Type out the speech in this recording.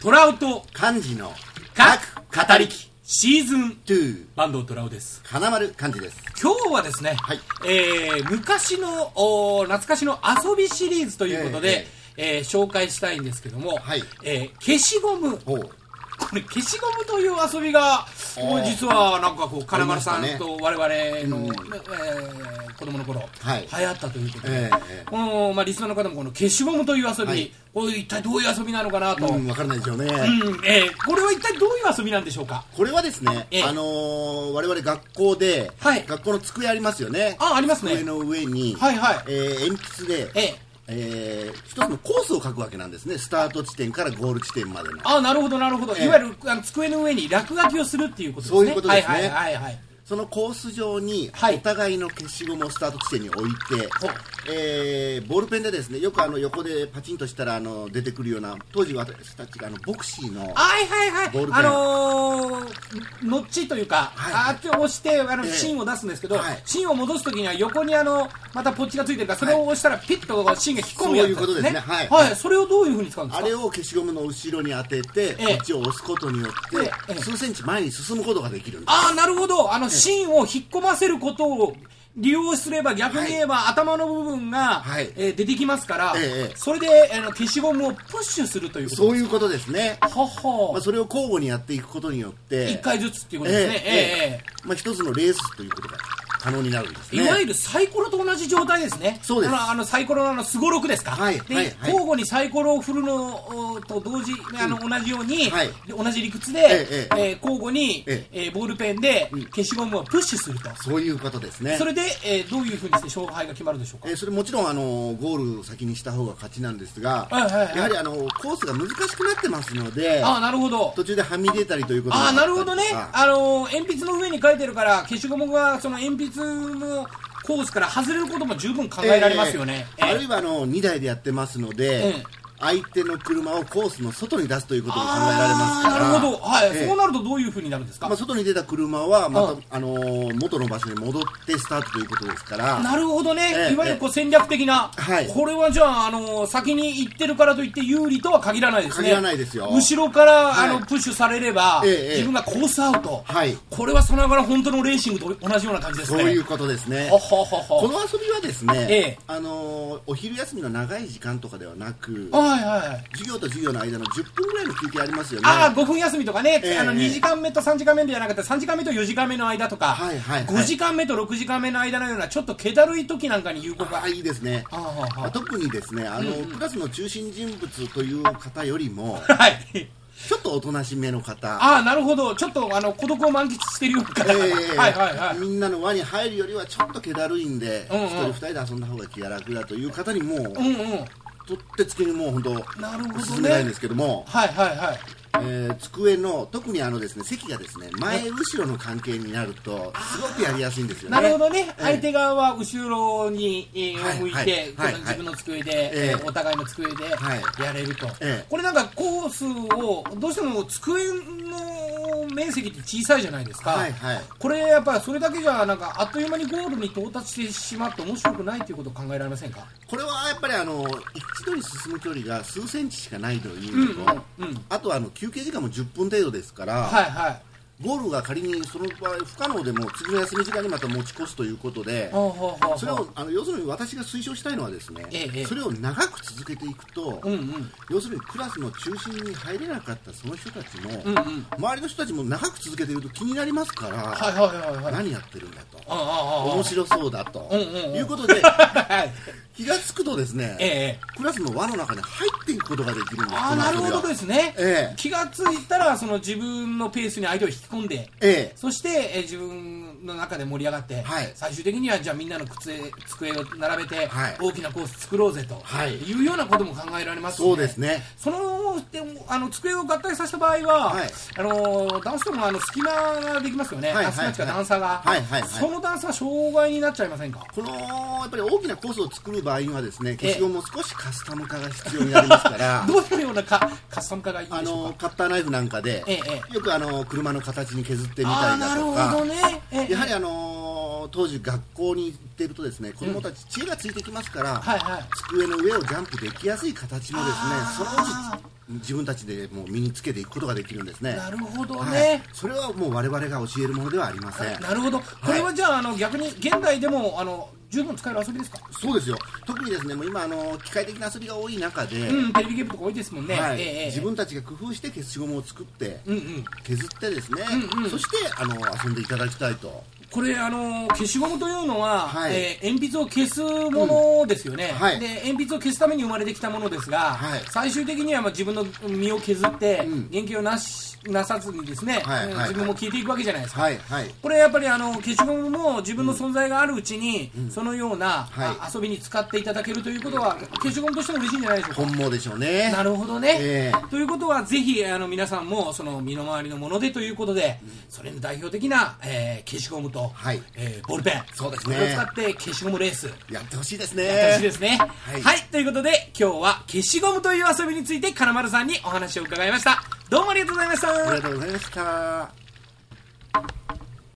トラウト漢字の各語りきシーズン2バンドトラウです金丸漢字です今日はですね、はいえー昔のおー懐かしの遊びシリーズということで、えー紹介したいんですけども、はいえー消しゴムほうこれ消しゴムという遊びがあーもう実はなんかこう金丸さありまんしたと我々の、うんねえー子供の頃、はい流行ったということで、ええこのまあ、リスナーの方もこの消しゴムという遊び、はいこれ一体どういう遊びなのかなと、うん分からないでしょうね、うんえーこれは一体どういう遊びなんでしょうかこれはですね、ええあのー我々学校で、はい学校の机ありますよねあありますね机の上に、はいはいえー鉛筆で、えええー一つのコースを書くわけなんですねスタート地点からゴール地点までのあなるほどなるほど、ええいわゆるあの机の上に落書きをするっていうことですねそういうことですねはいはいはいはいそのコース上にはいお互いの消しゴムをスタート地点に置いて、ほうえーボールペンでですねよくあの横でパチンとしたらあの出てくるような当時私たちがあのボクシーのはいはいはいボールペンあのー、のっちというか、はいあっちを押してあのええ芯を出すんですけど、はい芯を戻すときには横にあのまたポッチがついてるからそれを押したらピッとこう芯が引っ込むやつ、そういうことですねはいはい、それをどういうふうに使うんですあかれを消しゴムの後ろに当てて、ええこっちを押すことによって、ええ数センチ前に進むことができるんです。ああなるほどあの芯を引っ込ませることを利用すれば逆に言えば、頭の部分が、はいえー出てきますから、ええそれであの消しゴムをプッシュするということそういうことですね。はは、まあ、それを交互にやっていくことによって、一回ずつっていうことえでえすね、えええええまあ、一つのレースということが可能になるんですえね。いわゆるサイコロと同じ状態ですね、そうですあのあのサイコロのあのすごろくですか、はいではいはい交互にサイコロを振るのおと同時にあの、同じように、はいで同じ理屈で、ええええー交互に、ええーボールペンで消しゴムをプッシュすると、そういうことですね。それで、えーどういうふうにして勝敗が決まるんでしょうかえ。ーそれもちろんあのゴールを先にした方が勝ちなんですが、はいはいはいやはりあのコースが難しくなってますのでああ、なるほど。途中ではみ出たりということああ、がなるほどねったりと。かあのー、鉛筆の上に書いてるから、消しゴムが、その鉛筆のコースから外れることも十分考えられますよね。えーあえるいはあの2台でやってますので、ええ相手の車をコースの外に出すということも考えられますからあーなるほど、はいええそうなるとどういうふうになるんですか、まあ、外に出た車はまた、うんあのー元の場所に戻ってスタートということですからなるほどね、ええいわゆるこう戦略的な、はいこれはじゃあ、あのー先に行ってるからといって有利とは限らないですね、限らないですよ後ろから、はいあのプッシュされれば、ええええ自分がコースアウト、はいこれはさながら本当のレーシングと同じような感じですそね。ういうことですねははははこの遊びはですね、ええあのーお昼休みの長い時間とかではなくはいはい授業と授業の間の10分ぐらいの休憩ありますよねああ5分休みとかね、ええあのええ2時間目と3時間目ではなくて3時間目と4時間目の間とか、はいはいはい5時間目と6時間目の間のようなちょっと気だるい時なんかに有効あがあいいですねああああ特にですねあの、クラスの中心人物という方よ りも はいちょっとおとなしめの方ああなるほどちょっとあの孤独を満喫してるような方えが、え はいはいはいみんなの輪に入るよりはちょっと気だるいんで、うんうん一人二人で遊んだ方が気が楽だという方にもう、うんうんとってつけにもう本当なるほどねおすすめないんですけどもはいはいはいえー机の特にあのですね席がですね前後ろの関係になるとすごくやりやすいんですよねなるほどね、ええ相手側は後ろに、えーはい向いて、はいはい自分の机で、ええお互いの机ではいやれると、ええこれなんかコースをどうしても机の面積って小さいじゃないですか、はいはいこれやっぱそれだけじゃなんかあっという間にゴールに到達してしまって面白くないということ考えられませんかこれはやっぱりあの一度に進む距離が数センチしかないというのと、うんうんうんあとはあの休憩時間も10分程度ですから、はいはいゴールが仮にその場合不可能でも次の休み時間にまた持ち越すということで、ほうほうほうほうそれをあの要するに私が推奨したいのはですね、ええそれを長く続けていくと、うんうん要するにクラスの中心に入れなかったその人たちも、うんうん周りの人たちも長く続けていると気になりますから、はいはいはいはい何やってるんだと、ああああ面白そうだと、うんうんうんいうこ とではい気がつくとですね、ええクラスの輪の中に入っていくことができるんですああこのな遊るびはほどですね、ええ気がついたらその自分のペースに相手を引き込んでえそして、えー自分の中で盛り上がって、はい最終的にはじゃあみんなの机机を並べて、はい大きなコース作ろうぜと、、はいいうようなことも考えられまえすねそうですねそのでもあの机を合体させた場合は、はいあのダンスともあの隙間ができますよね、はいはいあ隙間っていうか段差が、はいはいはいその段差は障害になっちゃいませんかこのやっぱり大きなコースを作る場合にはですね消しゴムも少しカスタム化が必要になりますから どういうようなかカスタム化がいいでしょあうかのカッターナイフなんかで、ええよくあの車の形に削ってみたあーりなだるとほどか、ねええやはりあの当時学校に行ってるとですね子供たち知恵がついてきますから、はいはい机の上をジャンプできやすい形もですねあーそのうち自分たちでもう身につけていくことができるんですね。なるほどはいね、それはもう我々が教えるものではありません。なるほど、これはじゃああの逆に現代でもあの十分使える遊びですか、そうですよ。特にですね、もう今あの機械的な遊びが多い中で、うん、テレビゲームとか多いですもんね、はいええええ自分たちが工夫して消しゴムを作って、うんうん、削ってですね、そしてあの遊んでいただきたいと。これあの消しゴムというのは、はいえー鉛筆を消すものですよね、んはいで鉛筆を消すために生まれてきたものですが、はい最終的にはまあ自分の身を削って、ん原型をなしなさずにですね、はいはいうん自分も消えていくわけじゃないですか。はいはい。これやっぱりあの消しゴムも自分の存在があるうちに、そのような、はいあ遊びに使っていただけるということは消しゴムとしても嬉しいんじゃないでしょうか。本望でしょうね。なるほどね、ええということはぜひあの皆さんもその身の回りのものでということで、それの代表的な、えー消しゴムと、はいえーボールペンそうですねこれを使って消しゴムレースやっやってほしいですね。てほしいですね、は、はいいということで今日は消しゴムという遊びについて金丸さんにお話を伺いましたどうもありがとうございましたありがとうございました。